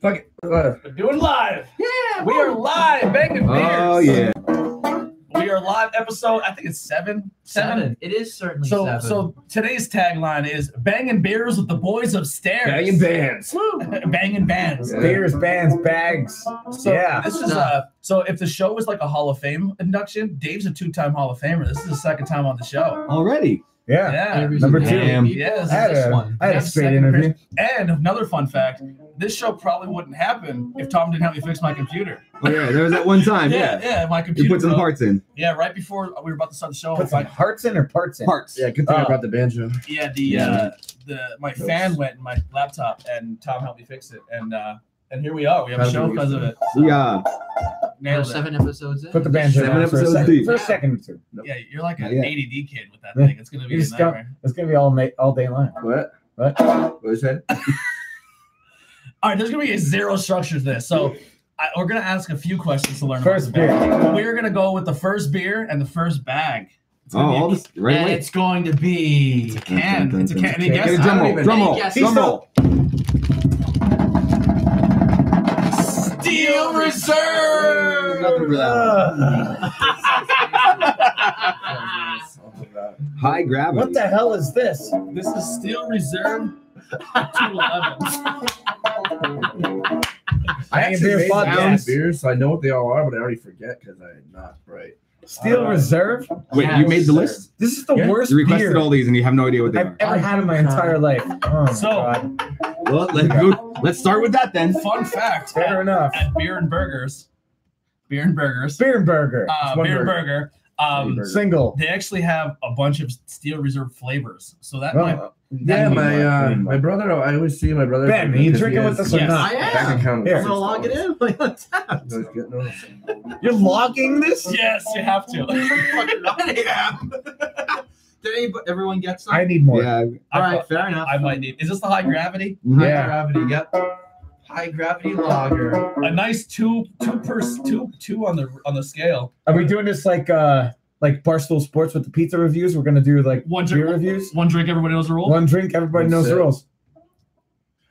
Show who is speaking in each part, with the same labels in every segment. Speaker 1: Fuck it. Uh,
Speaker 2: We're doing live.
Speaker 1: yeah.
Speaker 2: We are live, banging beers.
Speaker 1: Oh yeah.
Speaker 2: We are live. Episode. I think it's seven. Seven.
Speaker 3: Seven. It is certainly
Speaker 2: So
Speaker 3: seven.
Speaker 2: so today's tagline is banging beers with the boys upstairs.
Speaker 1: Banging bands.
Speaker 2: bands. banging bands.
Speaker 1: Yeah.
Speaker 4: Beers, bands, bags.
Speaker 2: So
Speaker 4: Yeah.
Speaker 2: this is uh so if the show was like a Hall of Fame induction, Dave's a two-time Hall of Famer. This is the second time on the show.
Speaker 1: Already.
Speaker 4: Yeah.
Speaker 2: Yeah.
Speaker 3: Interviews
Speaker 4: number
Speaker 3: with
Speaker 4: two.
Speaker 3: Pam.
Speaker 2: Yes.
Speaker 4: I had
Speaker 3: this
Speaker 4: a-
Speaker 3: one.
Speaker 4: I had a
Speaker 2: That's
Speaker 4: straight
Speaker 2: second
Speaker 4: interview.
Speaker 2: And another fun fact, this show probably wouldn't happen if Tom didn't help me fix my computer.
Speaker 1: Oh yeah. There was that one time.
Speaker 2: yeah,
Speaker 1: Yeah.
Speaker 2: yeah, my
Speaker 1: You
Speaker 2: computer.
Speaker 1: put some
Speaker 2: broke.
Speaker 1: parts in.
Speaker 2: Yeah, right before we were about to start the show,
Speaker 4: Put some
Speaker 2: my,
Speaker 4: hearts in or parts in?
Speaker 1: Parts. Yeah. Good
Speaker 2: thing
Speaker 4: Oh.
Speaker 2: I brought
Speaker 1: the banjo.
Speaker 2: yeah, the uh, the my fan went in my laptop, and Tom helped me fix it, and uh, and here we are. We have a show because of it.
Speaker 1: Yeah.
Speaker 3: We're
Speaker 2: Nailed it.
Speaker 3: Oh, seven episodes in.
Speaker 4: Put the banjo
Speaker 1: Seven
Speaker 4: down for a
Speaker 1: episodes
Speaker 4: second.
Speaker 1: deep.
Speaker 4: For a second or two.
Speaker 2: Yeah, you're like an
Speaker 1: Yeah.
Speaker 2: ADD kid with that thing. It's gonna be
Speaker 4: You
Speaker 2: a
Speaker 4: just got-
Speaker 2: nightmare.
Speaker 4: It's gonna be all night, all day long.
Speaker 5: What?
Speaker 4: What?
Speaker 5: What was that?
Speaker 2: All right, there's gonna be a zero structure to this, so. I, we're gonna ask a few questions to learn. about
Speaker 4: First
Speaker 2: the
Speaker 4: beer.
Speaker 2: band. We're gonna go with the first beer and the first bag. It's
Speaker 1: Oh,
Speaker 2: gonna be a
Speaker 1: all this right
Speaker 3: and
Speaker 1: away.
Speaker 3: it's going to be.
Speaker 2: can. It's a can. Any
Speaker 4: Okay,
Speaker 2: guess?
Speaker 1: Get
Speaker 2: I
Speaker 1: a drum
Speaker 2: don't
Speaker 1: roll.
Speaker 2: even-
Speaker 1: Drum roll.
Speaker 3: Yes.
Speaker 1: Drum roll.
Speaker 2: Steel
Speaker 1: Nothing
Speaker 2: Reserve.
Speaker 1: for that
Speaker 4: Ah.
Speaker 1: one. High gravity.
Speaker 4: What the hell is this?
Speaker 2: This is Steel Reserve 211.
Speaker 4: I ain't beer
Speaker 5: Found
Speaker 4: podcast.
Speaker 5: beers, so I know what they all are, but I already forget because I'm not right.
Speaker 4: Steel
Speaker 5: Uh,
Speaker 4: Reserve.
Speaker 1: Wait, you made the list?
Speaker 4: This is the
Speaker 1: Yeah.
Speaker 4: worst
Speaker 1: You requested
Speaker 4: beer
Speaker 1: all these and you have no idea what they
Speaker 4: I've
Speaker 1: are.
Speaker 4: ever had in my entire life. Oh, my
Speaker 2: So-
Speaker 4: God.
Speaker 1: Well, let's go. Let's start with that then.
Speaker 2: Fun fact
Speaker 4: fair
Speaker 2: at,
Speaker 4: enough.
Speaker 2: at Beer and Burgers, Beer and Burgers,
Speaker 4: Beer and burger.
Speaker 2: uh,
Speaker 4: It's one
Speaker 2: Beer and
Speaker 4: burger.
Speaker 2: Burger, um,
Speaker 5: Burger.
Speaker 4: Single.
Speaker 2: they actually have a bunch of Steel Reserve flavors. So that might.
Speaker 4: Well,
Speaker 5: Yeah, my uh, my brother. I always see my brother.
Speaker 4: Ben, are you drinking with us or
Speaker 2: Yes.
Speaker 4: not?
Speaker 3: I
Speaker 5: Back
Speaker 3: am.
Speaker 5: account.
Speaker 4: Here.
Speaker 3: I'm gonna log it in. Like, what's up?
Speaker 5: Those good notes.
Speaker 4: You're logging this?
Speaker 2: Yes, you have to.
Speaker 3: Fucking running app. Did anybody, everyone get some?
Speaker 4: I need more.
Speaker 1: Yeah.
Speaker 3: All
Speaker 2: I-
Speaker 3: right, fair enough.
Speaker 2: I might need. Is this the high gravity?
Speaker 1: Mhm.
Speaker 4: Yeah.
Speaker 3: gravity. Yep. High gravity logger.
Speaker 2: A nice two, two per two, two on the on the scale.
Speaker 4: Are we doing this like uh like Barstool Sports with the pizza reviews? We're gonna do like
Speaker 2: One
Speaker 4: beer
Speaker 2: drink.
Speaker 4: reviews.
Speaker 2: One drink. Everybody knows the rule.
Speaker 4: One drink, everybody
Speaker 5: That's
Speaker 4: knows the
Speaker 5: it.
Speaker 4: rules.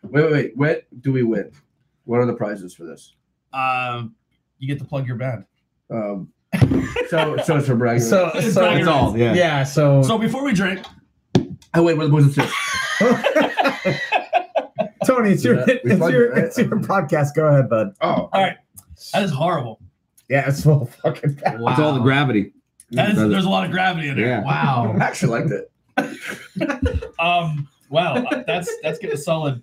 Speaker 5: Wait, wait, wait. What do we win? What are the prizes for this?
Speaker 2: Um, you get to plug your band.
Speaker 5: Um, so, so it's for bragging.
Speaker 4: So
Speaker 2: It's
Speaker 4: so
Speaker 1: That's all. Yeah.
Speaker 4: yeah, so,
Speaker 2: So before we drink,
Speaker 5: oh wait, what are the boys and sisters?
Speaker 4: Tony, it's your
Speaker 5: Yeah, we
Speaker 4: it's
Speaker 5: plugged
Speaker 4: your
Speaker 5: it,
Speaker 4: it's your podcast. Go ahead, bud.
Speaker 5: Oh,
Speaker 2: All right. that is horrible.
Speaker 4: Yeah, it's full of fucking bad.
Speaker 1: It's all the gravity.
Speaker 2: That is,
Speaker 1: Brother.
Speaker 2: there's a lot of gravity in there.
Speaker 1: Yeah.
Speaker 3: Wow.
Speaker 5: I actually liked it.
Speaker 2: Um. Wow. That's that's getting a solid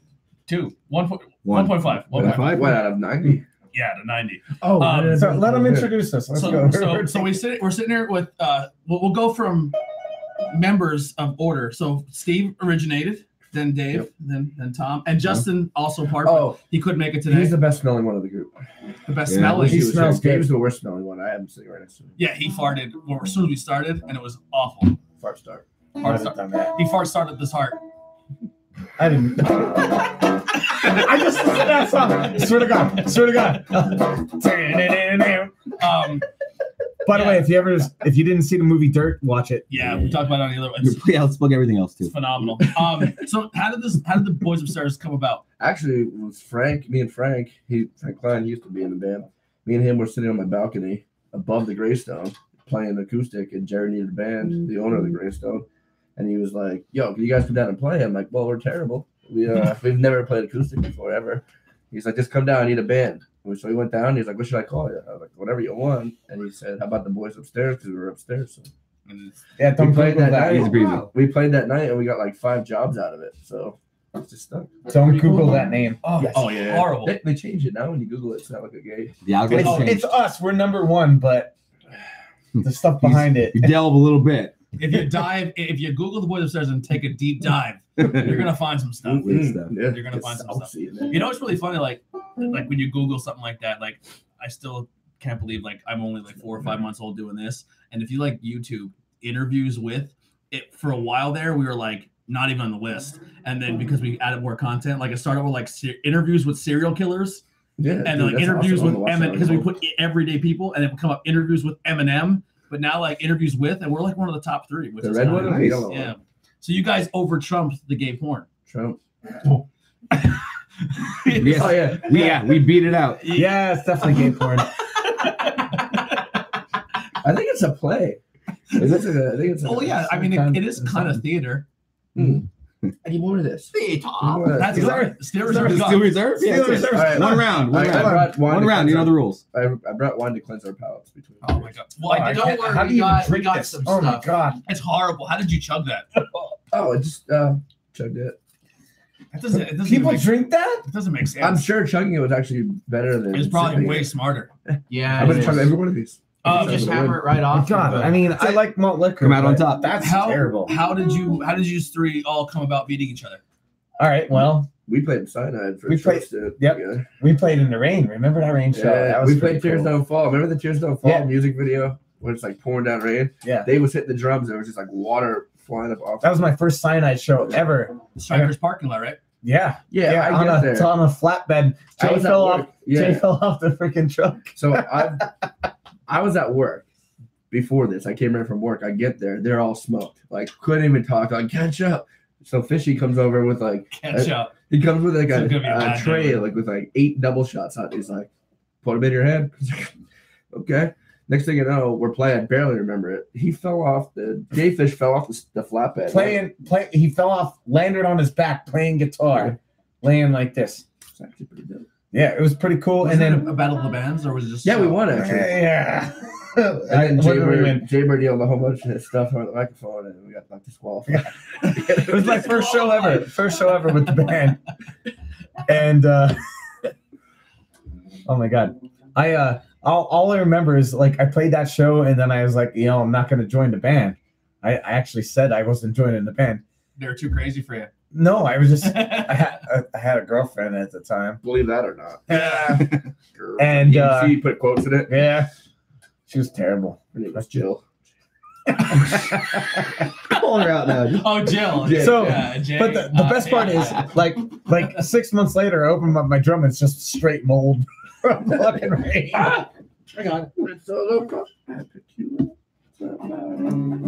Speaker 2: two. One point one
Speaker 1: One.
Speaker 2: point five. One
Speaker 1: One
Speaker 2: point five.
Speaker 1: five.
Speaker 5: What out of ninety?
Speaker 2: Yeah, to ninety.
Speaker 5: Oh,
Speaker 2: Um,
Speaker 5: man.
Speaker 4: So let him introduce us. Let's
Speaker 2: So,
Speaker 4: go.
Speaker 2: so so we sit we're sitting here with uh we'll, we'll go from members of order. So Steve originated, then Dave, then then Tom, and Justin also part. but
Speaker 5: Oh,
Speaker 2: He couldn't make it today.
Speaker 5: he's
Speaker 2: The,
Speaker 5: the best smelling one of the group.
Speaker 2: best
Speaker 1: Yeah.
Speaker 2: smelling.
Speaker 5: He, was
Speaker 4: smells
Speaker 5: here.
Speaker 4: good.
Speaker 5: He was the worst smelling one. I am sitting right next to him.
Speaker 2: yeah, he farted well, as soon as we started, and it was awful.
Speaker 5: Five star.
Speaker 4: I
Speaker 2: Fart
Speaker 4: haven't
Speaker 2: start,
Speaker 4: done that.
Speaker 2: he fart started this heart.
Speaker 4: I didn't. I just listened to that song. Swear to God. Swear to God.
Speaker 2: Um.
Speaker 4: By the way, if you ever if you didn't see the movie Dirt, watch it.
Speaker 2: Yeah, we talked about it on the other one. It's-
Speaker 1: Yeah, let's plug everything else too.
Speaker 2: It's phenomenal. Um, so how did this? How did the Boys of Stars come about?
Speaker 5: actually it was Frank, me and Frank, he Frank Klein used to be in the band. Me and him were sitting on my balcony above the Greystone playing acoustic, and Jerry needed a band, the owner of the Greystone, and he was like, "Yo, can you guys come down and play?" I'm like, "Well, we're terrible. We uh, we've never played acoustic before ever." He's like, "Just come down. I need a band." So he went down. He's like, "What should I call you?" I was like, "Whatever you want." And he said, "How about the boys upstairs?" Because we were upstairs. So
Speaker 4: Yeah,
Speaker 5: we
Speaker 4: don't
Speaker 5: played
Speaker 4: Google
Speaker 5: that
Speaker 4: that.
Speaker 1: Easy
Speaker 5: night.
Speaker 1: breezy.
Speaker 5: We played that night, and we got like five jobs out of it. So it's just stuck.
Speaker 4: Don't Google that name.
Speaker 2: Oh,
Speaker 5: Yes.
Speaker 2: oh yeah, horrible.
Speaker 5: They, they change it now when you Google it. It's not like a gay.
Speaker 4: It's,
Speaker 1: The algorithm
Speaker 2: Oh,
Speaker 1: changed.
Speaker 4: it's us. We're number one, but the stuff
Speaker 1: He's-
Speaker 4: behind it.
Speaker 1: You delve a little bit.
Speaker 2: If you dive, if you Google the Boys of Stars and take a deep dive, you're gonna find some stuff.
Speaker 1: Weird stuff.
Speaker 5: Yeah.
Speaker 2: You're gonna find some stuff.
Speaker 5: Saucy, man.
Speaker 2: You know, it's really funny. Like, like when you Google something like that, like I still can't believe like I'm only like four or five months old doing this. And if you like YouTube interviews with it for a while there, we were like not even on the list. And then because we added more content, like it started with like se- interviews with serial killers.
Speaker 5: Yeah,
Speaker 2: and
Speaker 5: dude,
Speaker 2: like
Speaker 5: that's
Speaker 2: interviews
Speaker 5: awesome.
Speaker 2: with
Speaker 5: I'm gonna watch
Speaker 2: Eminem
Speaker 5: that
Speaker 2: because we
Speaker 5: one.
Speaker 2: put i- everyday people and it would come up interviews with Eminem, but now like interviews with, and we're like one of the top three, which
Speaker 5: the
Speaker 2: is
Speaker 5: red
Speaker 2: kinda
Speaker 5: one, or the
Speaker 1: nice.
Speaker 5: yellow
Speaker 2: nice. Yeah.
Speaker 5: one.
Speaker 2: So you guys over trumped the gay porn.
Speaker 5: Trump.
Speaker 1: Yes.
Speaker 5: Oh yeah.
Speaker 1: We, yeah, we beat it out.
Speaker 4: Yeah, it's definitely gay porn.
Speaker 5: I think it's a play. Is it a, I think it's a,
Speaker 2: Oh yeah, I mean it, it is kind of theater.
Speaker 5: I need more of this.
Speaker 3: Theater.
Speaker 2: That's
Speaker 5: All
Speaker 2: right. Stairs are
Speaker 1: Reserve,
Speaker 2: gone.
Speaker 1: reserve? Yeah, that's it.
Speaker 5: right,
Speaker 1: One round. One
Speaker 5: I, I
Speaker 1: round.
Speaker 5: brought wine
Speaker 1: One
Speaker 5: to
Speaker 1: round. You know
Speaker 5: cleanse
Speaker 1: the rules.
Speaker 5: our- I, I brought wine to cleanse our palates between.
Speaker 2: Oh my god.
Speaker 4: Oh,
Speaker 2: Why
Speaker 4: I
Speaker 2: did
Speaker 4: can't-
Speaker 3: worry,
Speaker 4: How do
Speaker 3: we
Speaker 4: you
Speaker 3: got-
Speaker 4: even drink
Speaker 3: we got
Speaker 4: this?
Speaker 3: some
Speaker 4: Oh my
Speaker 3: stuff.
Speaker 4: god.
Speaker 2: It's horrible. How did you chug that?
Speaker 5: Oh, I just uh, chugged it.
Speaker 2: That doesn't. It doesn't
Speaker 4: People
Speaker 2: make,
Speaker 4: drink that?
Speaker 2: it doesn't make sense.
Speaker 5: I'm sure chugging it was actually better than.
Speaker 2: it's probably
Speaker 5: sipping
Speaker 2: way
Speaker 5: it.
Speaker 2: smarter.
Speaker 3: Yeah.
Speaker 5: I'm
Speaker 3: it
Speaker 5: gonna
Speaker 3: is.
Speaker 5: chug every one of these.
Speaker 3: If
Speaker 2: Um,
Speaker 3: you just hammer it right
Speaker 4: Oh my
Speaker 3: off.
Speaker 4: god. I mean, I like malt liquor.
Speaker 1: Come out on
Speaker 4: but
Speaker 1: top.
Speaker 4: That's
Speaker 2: How-
Speaker 4: terrible.
Speaker 2: how did you? How did you three all come about meeting each other?
Speaker 4: All right. Well,
Speaker 5: We played cyanide for
Speaker 4: We
Speaker 5: we
Speaker 4: played- yep. we played in the rain. Remember that rain show?
Speaker 5: Yeah,
Speaker 4: That was
Speaker 5: we played
Speaker 4: pretty
Speaker 5: Tears
Speaker 4: cool.
Speaker 5: Don't Fall. Remember the Tears Don't Fall
Speaker 4: Yeah.
Speaker 5: music video where it's like pouring down rain?
Speaker 4: Yeah.
Speaker 5: They was hitting the drums and it was just like water flying up off.
Speaker 4: That was my first cyanide show ever.
Speaker 2: The Strikers parking lot, right?
Speaker 4: Yeah.
Speaker 5: yeah, I
Speaker 4: on
Speaker 5: get
Speaker 4: a
Speaker 5: there.
Speaker 4: on a flatbed.
Speaker 5: I
Speaker 4: Jay
Speaker 5: was at
Speaker 4: fell
Speaker 5: work.
Speaker 4: off.
Speaker 5: Yeah.
Speaker 4: Jay fell off the freaking truck.
Speaker 5: So I I was at work before this. I came in from work. I get there. They're all smoked. Like couldn't even talk. Like catch up. So fishy comes over with like
Speaker 2: Catch up.
Speaker 5: he comes with like
Speaker 2: It's gonna
Speaker 5: a,
Speaker 2: be a
Speaker 5: a
Speaker 2: bad
Speaker 5: tray
Speaker 2: day.
Speaker 5: like with like eight double shots on. it. He's like, put them in your head. I was like, okay. Next thing you know, we're playing. I barely remember it. He fell off the Jayfish fell off the, the flatbed.
Speaker 4: Playing, play. He fell off, landed on his back playing guitar, laying like this.
Speaker 5: It's actually pretty dope.
Speaker 4: Yeah, it was pretty cool.
Speaker 2: Was
Speaker 4: and
Speaker 2: it
Speaker 4: then
Speaker 2: a, a battle of the bands, or was it just
Speaker 5: Yeah, we won actually.
Speaker 4: Yeah. I-
Speaker 5: And then
Speaker 4: what
Speaker 5: Jay
Speaker 4: did we
Speaker 5: Bird,
Speaker 4: win?
Speaker 5: Jay Bird yelled a whole bunch of stuff on the microphone, and we got like disqualified.
Speaker 4: It was my first show ever. First show ever with the band. And uh oh my god. I uh all, all I remember is like I played that show and then I was like, you know, I'm not gonna join the band. I, I actually said I wasn't joining the band.
Speaker 2: They're too crazy for you.
Speaker 4: No, I was just I
Speaker 2: yeah,
Speaker 4: had I- I had a girlfriend at the time.
Speaker 5: Believe that or not. Girl.
Speaker 4: And,
Speaker 5: You
Speaker 4: uh,
Speaker 5: see, you put quotes in it.
Speaker 4: Yeah. She was terrible.
Speaker 5: Her name was Jill.
Speaker 1: Call her out now.
Speaker 2: Oh, Jill.
Speaker 5: Yeah.
Speaker 4: So,
Speaker 2: yeah, Jay,
Speaker 4: But the, the
Speaker 2: uh,
Speaker 4: best part
Speaker 2: yeah.
Speaker 4: is like like six months later I opened up my drum and it's just straight mold from fucking rain.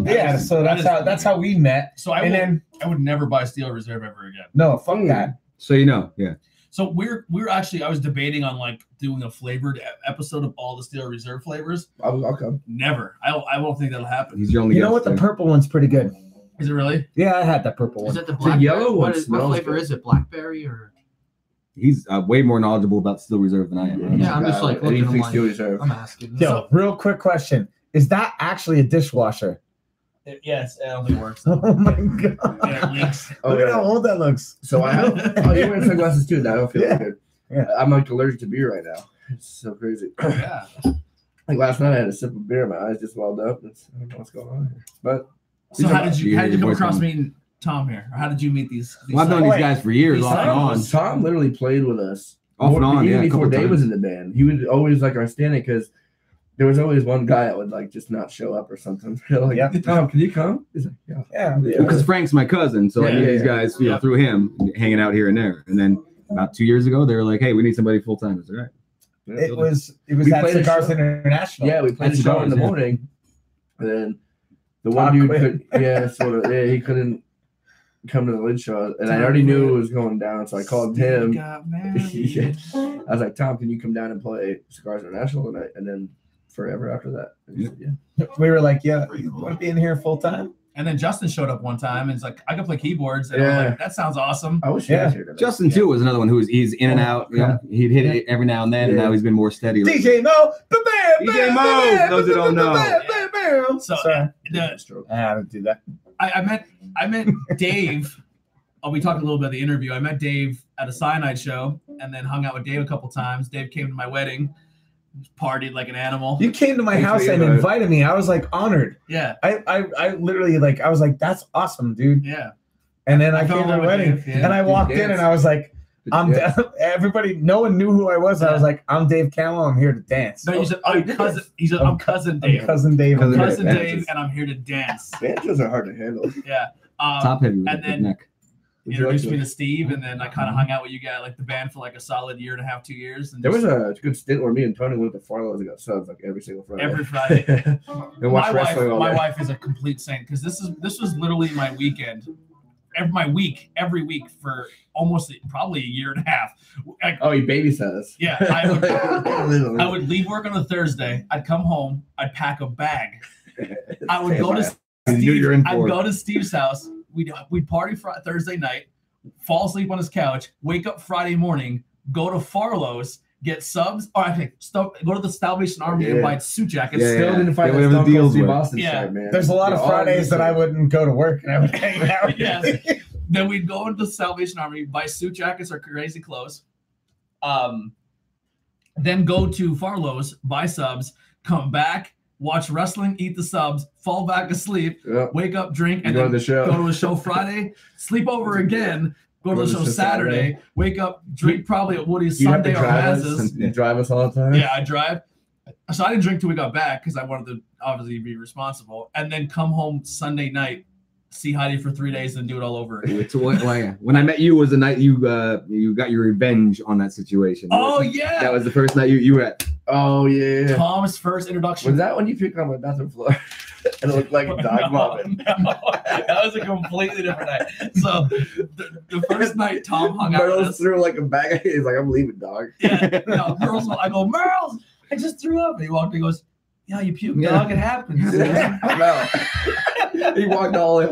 Speaker 4: Yeah, so that's how that's how we met.
Speaker 2: So I
Speaker 4: And
Speaker 2: will-
Speaker 4: then
Speaker 2: I would never buy Steel Reserve ever again.
Speaker 4: no, fuck
Speaker 5: Mm.
Speaker 4: that.
Speaker 1: So you know, yeah.
Speaker 2: So we're we're actually I was debating on like doing a flavored e- episode of all the Steel Reserve flavors.
Speaker 5: I'll, I'll come.
Speaker 2: Never. I don't, I don't think that'll happen.
Speaker 1: He's your only
Speaker 4: You know
Speaker 1: guest,
Speaker 4: what? The
Speaker 1: dude.
Speaker 4: purple one's pretty good.
Speaker 2: Is it really?
Speaker 4: Yeah, I had that purple
Speaker 3: Is
Speaker 4: one.
Speaker 3: it the black?
Speaker 5: yellow
Speaker 3: what
Speaker 5: one
Speaker 3: is- What
Speaker 5: smells
Speaker 3: flavor
Speaker 5: good.
Speaker 3: is it? Blackberry or?
Speaker 1: He's uh, way more knowledgeable about Steel Reserve than I am.
Speaker 3: Yeah, I'm just, like,
Speaker 5: what do you
Speaker 3: looking,
Speaker 5: think
Speaker 3: I'm
Speaker 5: Steel
Speaker 3: like-
Speaker 5: Reserve?
Speaker 3: I'm asking.
Speaker 4: Yo, real quick question: Is that actually a dishwasher?
Speaker 2: yes, I don't think it works.
Speaker 4: Oh my god!
Speaker 2: yeah, it leaks.
Speaker 5: Oh,
Speaker 4: Look at
Speaker 5: yeah.
Speaker 4: how old that looks.
Speaker 5: So I have. Oh, you're wearing sunglasses too. That don't feel
Speaker 4: Yeah.
Speaker 5: good.
Speaker 4: Yeah.
Speaker 5: I'm like allergic to beer right now. It's so crazy.
Speaker 2: yeah.
Speaker 5: Like last night, I had a sip of beer. My eyes just welled up. It's, I don't know what's going on here. But
Speaker 2: So how did you how did you come
Speaker 1: Yeah, boys,
Speaker 2: across
Speaker 1: man.
Speaker 2: meeting Tom here? Or how did you meet these? these
Speaker 1: Well, I've known
Speaker 2: sons?
Speaker 1: these guys for years,
Speaker 2: He's
Speaker 1: off and on.
Speaker 5: Tom literally played with us
Speaker 1: Off and
Speaker 5: More-
Speaker 1: on,
Speaker 5: even
Speaker 1: yeah. a
Speaker 5: before
Speaker 1: couple
Speaker 5: Dave
Speaker 1: times.
Speaker 5: was in the band, he would always like our standing because there was always one guy that would like just not show up or something. They're like,
Speaker 4: Yeah.
Speaker 5: Tom, can you come? He's like, yeah.
Speaker 4: Yeah.
Speaker 5: Yeah.
Speaker 1: because Frank's my cousin, so I
Speaker 2: Yeah,
Speaker 1: knew
Speaker 5: yeah,
Speaker 1: these
Speaker 5: yeah.
Speaker 1: guys you know,
Speaker 2: Yeah.
Speaker 1: through him, hanging out here and there. And then about two years ago, they were like, "Hey, we need somebody full time." It's all right.
Speaker 4: It was it was
Speaker 5: We
Speaker 4: at
Speaker 5: played a
Speaker 4: Cigars
Speaker 5: show.
Speaker 4: International.
Speaker 5: Yeah, we played
Speaker 1: That's
Speaker 5: the show in
Speaker 1: ours,
Speaker 5: the
Speaker 1: yeah.
Speaker 5: morning, and then the
Speaker 4: Tom
Speaker 5: one dude
Speaker 4: quit.
Speaker 5: could, yeah, sort of, yeah, he couldn't come to the lid show, and I
Speaker 2: Tom
Speaker 5: already knew
Speaker 2: quit.
Speaker 5: it was going down, so I called him.
Speaker 2: Got married.
Speaker 5: Yeah. I was like, Tom, can you come down and play Cigars International tonight? And then forever after that, and he said, yeah.
Speaker 4: we were like, yeah,
Speaker 3: Pretty
Speaker 4: you
Speaker 3: cool.
Speaker 4: want to be in here full time?
Speaker 2: And then Justin showed up one time and it's like, I can play keyboards. And I'm
Speaker 5: Yeah.
Speaker 2: like, that sounds awesome.
Speaker 5: I wish he
Speaker 4: Yeah.
Speaker 5: was here. Tonight.
Speaker 1: Justin too was another one who was he's in and out. You know, he'd hit it every now and then, and
Speaker 5: Yeah.
Speaker 1: now he's been more steady. lately.
Speaker 4: DJ Mo, bam, bam,
Speaker 1: DJ
Speaker 4: bam,
Speaker 1: Mo,
Speaker 4: bam,
Speaker 1: those that don't
Speaker 4: bam,
Speaker 1: know.
Speaker 4: bam, bam, bam.
Speaker 2: So-
Speaker 4: Sorry.
Speaker 2: The-
Speaker 5: Stroke.
Speaker 4: I don't do that.
Speaker 2: I, I met I met Dave. Oh, we talked a little bit of the interview. I met Dave at a cyanide show and then hung out with Dave a couple times. Dave came to my wedding, partied like an animal.
Speaker 4: You came to my
Speaker 5: Thanks for
Speaker 4: house
Speaker 5: the
Speaker 4: and
Speaker 5: invite.
Speaker 4: invited me. I was like honored.
Speaker 2: Yeah,
Speaker 4: I, I, I literally like I was like, that's awesome, dude.
Speaker 2: yeah.
Speaker 4: And then I,
Speaker 2: I fell
Speaker 4: came
Speaker 2: in
Speaker 4: to the
Speaker 2: love with
Speaker 4: wedding
Speaker 2: Dave, yeah.
Speaker 4: and I
Speaker 5: Did
Speaker 4: walked in
Speaker 5: dance.
Speaker 4: and I was like, I'm
Speaker 5: Yeah.
Speaker 4: everybody. No one knew who I was. I was like, I'm Dave Camel. I'm here to dance.
Speaker 2: No, you said
Speaker 5: oh,
Speaker 2: I'm
Speaker 5: you did
Speaker 2: cousin. He said I'm cousin
Speaker 4: I'm
Speaker 2: Dave.
Speaker 4: cousin Dave.
Speaker 1: Cousin
Speaker 4: I'm here
Speaker 2: Cousin
Speaker 4: to
Speaker 1: Dave.
Speaker 4: dance.
Speaker 2: Dave, and I'm here to dance.
Speaker 5: Banjos are hard to handle. Would
Speaker 2: Yeah. Um,
Speaker 1: top heavy with
Speaker 2: and
Speaker 1: the
Speaker 2: then-
Speaker 1: neck.
Speaker 5: you
Speaker 2: introduced
Speaker 5: like
Speaker 2: me
Speaker 5: to-
Speaker 2: to Steve, and then I kind of hung out with you guys, like the band, for like a solid year and a half, two years. And
Speaker 5: There was
Speaker 2: just
Speaker 5: a good stint where me and Tony went to Farlow's and got subs like every single Friday.
Speaker 2: every Friday.
Speaker 5: and watched
Speaker 2: my wife,
Speaker 5: wrestling all
Speaker 2: my
Speaker 5: day.
Speaker 2: wife is a complete saint because this is this was literally my weekend every my week every week for almost probably a year and a half. Like,
Speaker 5: Oh, he babysat us.
Speaker 2: yeah, I would,
Speaker 5: would,
Speaker 2: I would leave work on a Thursday. I'd come home. I'd pack a bag. I would go to
Speaker 1: I knew you
Speaker 2: Steve,
Speaker 1: were in
Speaker 2: I'd
Speaker 1: for it.
Speaker 2: go to Steve's house. We'd we'd party fr- Thursday night, fall asleep on his couch, wake up Friday morning, go to Farlow's, get subs, or I think stuff. Go to the Salvation Army and
Speaker 5: Yeah.
Speaker 2: buy suit jackets.
Speaker 1: Yeah,
Speaker 5: Still
Speaker 1: yeah.
Speaker 5: didn't find
Speaker 1: Yeah,
Speaker 5: that
Speaker 1: whatever
Speaker 5: Stone
Speaker 1: the deals
Speaker 5: Cold Steve
Speaker 1: were.
Speaker 5: Austin
Speaker 2: Yeah.
Speaker 5: shit, man.
Speaker 4: There's a lot of
Speaker 5: Yeah, all
Speaker 4: Fridays
Speaker 5: this
Speaker 4: that I
Speaker 5: shit.
Speaker 4: wouldn't go to work and I would hang out.
Speaker 2: Yes. Then we'd go into the Salvation Army, buy suit jackets or crazy clothes. Um, then go to Farlow's, buy subs, come back, watch wrestling, eat the subs, fall back asleep,
Speaker 5: Yeah.
Speaker 2: wake up, drink,
Speaker 5: You
Speaker 2: and
Speaker 5: go to
Speaker 2: then
Speaker 5: the show.
Speaker 2: go to a show Friday, sleep over again, go to the show Saturday, wake up, drink probably at Woody's
Speaker 5: You have
Speaker 2: Sunday
Speaker 5: to
Speaker 2: or
Speaker 5: drive us.
Speaker 2: Maz's.
Speaker 5: You drive us all the time.
Speaker 2: Yeah, I drive. So I didn't drink till we got back because I wanted to obviously be responsible, and then come home Sunday night, see Heidi for three days, and do it all over again.
Speaker 1: It's what, why- oh, when I met you was the night you uh, you got your revenge on that situation.
Speaker 2: Oh yeah,
Speaker 1: that was the first night you, you were at.
Speaker 5: Oh yeah.
Speaker 2: Tom's first introduction.
Speaker 5: Was that when you puke on my bathroom floor? and it looked like a dog
Speaker 2: No,
Speaker 5: vomit.
Speaker 2: no, that was a completely different night. So the, the first night Tom hung out with
Speaker 5: Merle's
Speaker 2: us.
Speaker 5: threw like a bag. Of, he's like, I'm leaving, dog.
Speaker 2: Yeah, no, Merle's, I go, Merle's, I just threw up. And he walked in and goes, Yeah, you puked,
Speaker 1: Yeah.
Speaker 2: dog. It happens.
Speaker 5: I'm out. he walked all the way